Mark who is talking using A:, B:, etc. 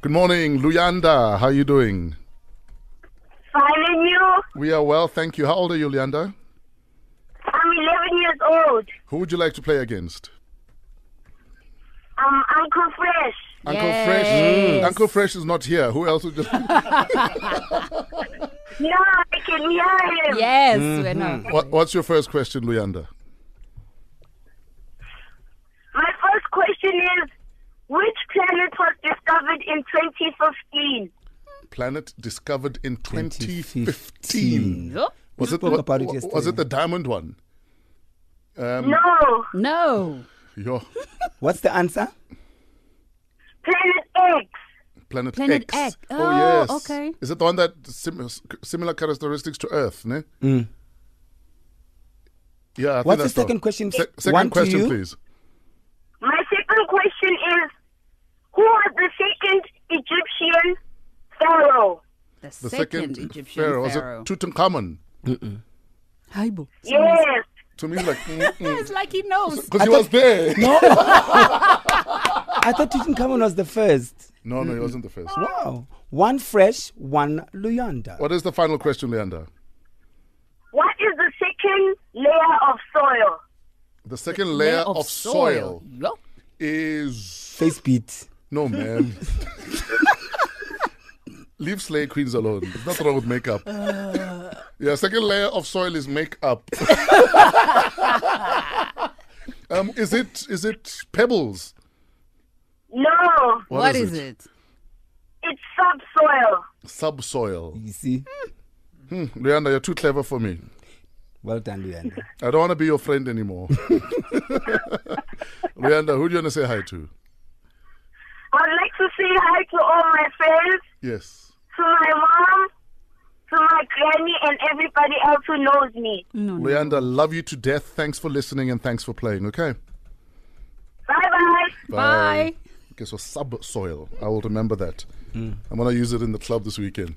A: Good morning, Luyanda. How are you doing?
B: Fine and you?
A: We are well, thank you. How old are you, Luyanda?
B: I'm 11 years old.
A: Who would you like to play against?
B: I'm Um, Uncle Fresh.
A: Uncle Fresh.
C: Yes.
A: Uncle Fresh is not here. Who else would just?
B: No, I can hear him.
C: Yes, we're not.
A: what, what's your first question, Luyanda?
B: My first question is, which planet was discovered in 2015?
A: Planet discovered in 2015.
D: 2015.
C: Yup.
A: Was it
D: spoke
A: wa-
D: about it
A: wa- Was
D: yesterday.
A: it the diamond one? Um,
B: No,
C: No.
A: Yo,
D: What's the answer?
B: Planet X.
A: Planet,
C: Planet
A: X.
C: X.
A: Oh,
C: Oh,
A: yes.
C: okay.
A: Is it the one that sim- similar characteristics to Earth? Ne? Yeah. I think
D: Mm. What's the
A: that's
D: second question?
A: Se- second
D: One to
A: question,
D: you?
A: please.
B: My second question is, who was the second Egyptian pharaoh?
C: The,
A: The
C: second, Egyptian pharaoh.
A: was it Tutankhamun?
C: Haibo.
B: Yes.
A: To me, like because
C: It's like he knows.
A: he was there.
D: No. I thought Tutankhamun was the first.
A: No, no, he wasn't the first.
D: Wow. One fresh, one Luyanda.
A: What is the final question, Leander?
B: What is the second layer of soil?
A: The second layer, of, soil,
C: Yup.
A: is
D: Face beat.
A: no man. Leave slay queens alone. There's nothing wrong with makeup. yeah, second layer of soil is makeup. um, is it is it pebbles?
B: No,
C: what is, it?
B: it's subsoil.
A: Subsoil.
D: You see?
A: Leander, you're too clever for me.
D: Well done, Luyanda.
A: I don't want to be your friend anymore. Leander, who do you want to say hi to?
B: I'd like to say hi to all my friends,
A: Yes.
B: to my mom, to my granny, and everybody else who knows me.
A: Leander, love you to death. Thanks for listening and thanks for playing, okay?
B: Bye bye.
C: Bye.
A: Okay, so subsoil. I will remember that. I'm going to use it in the club this weekend.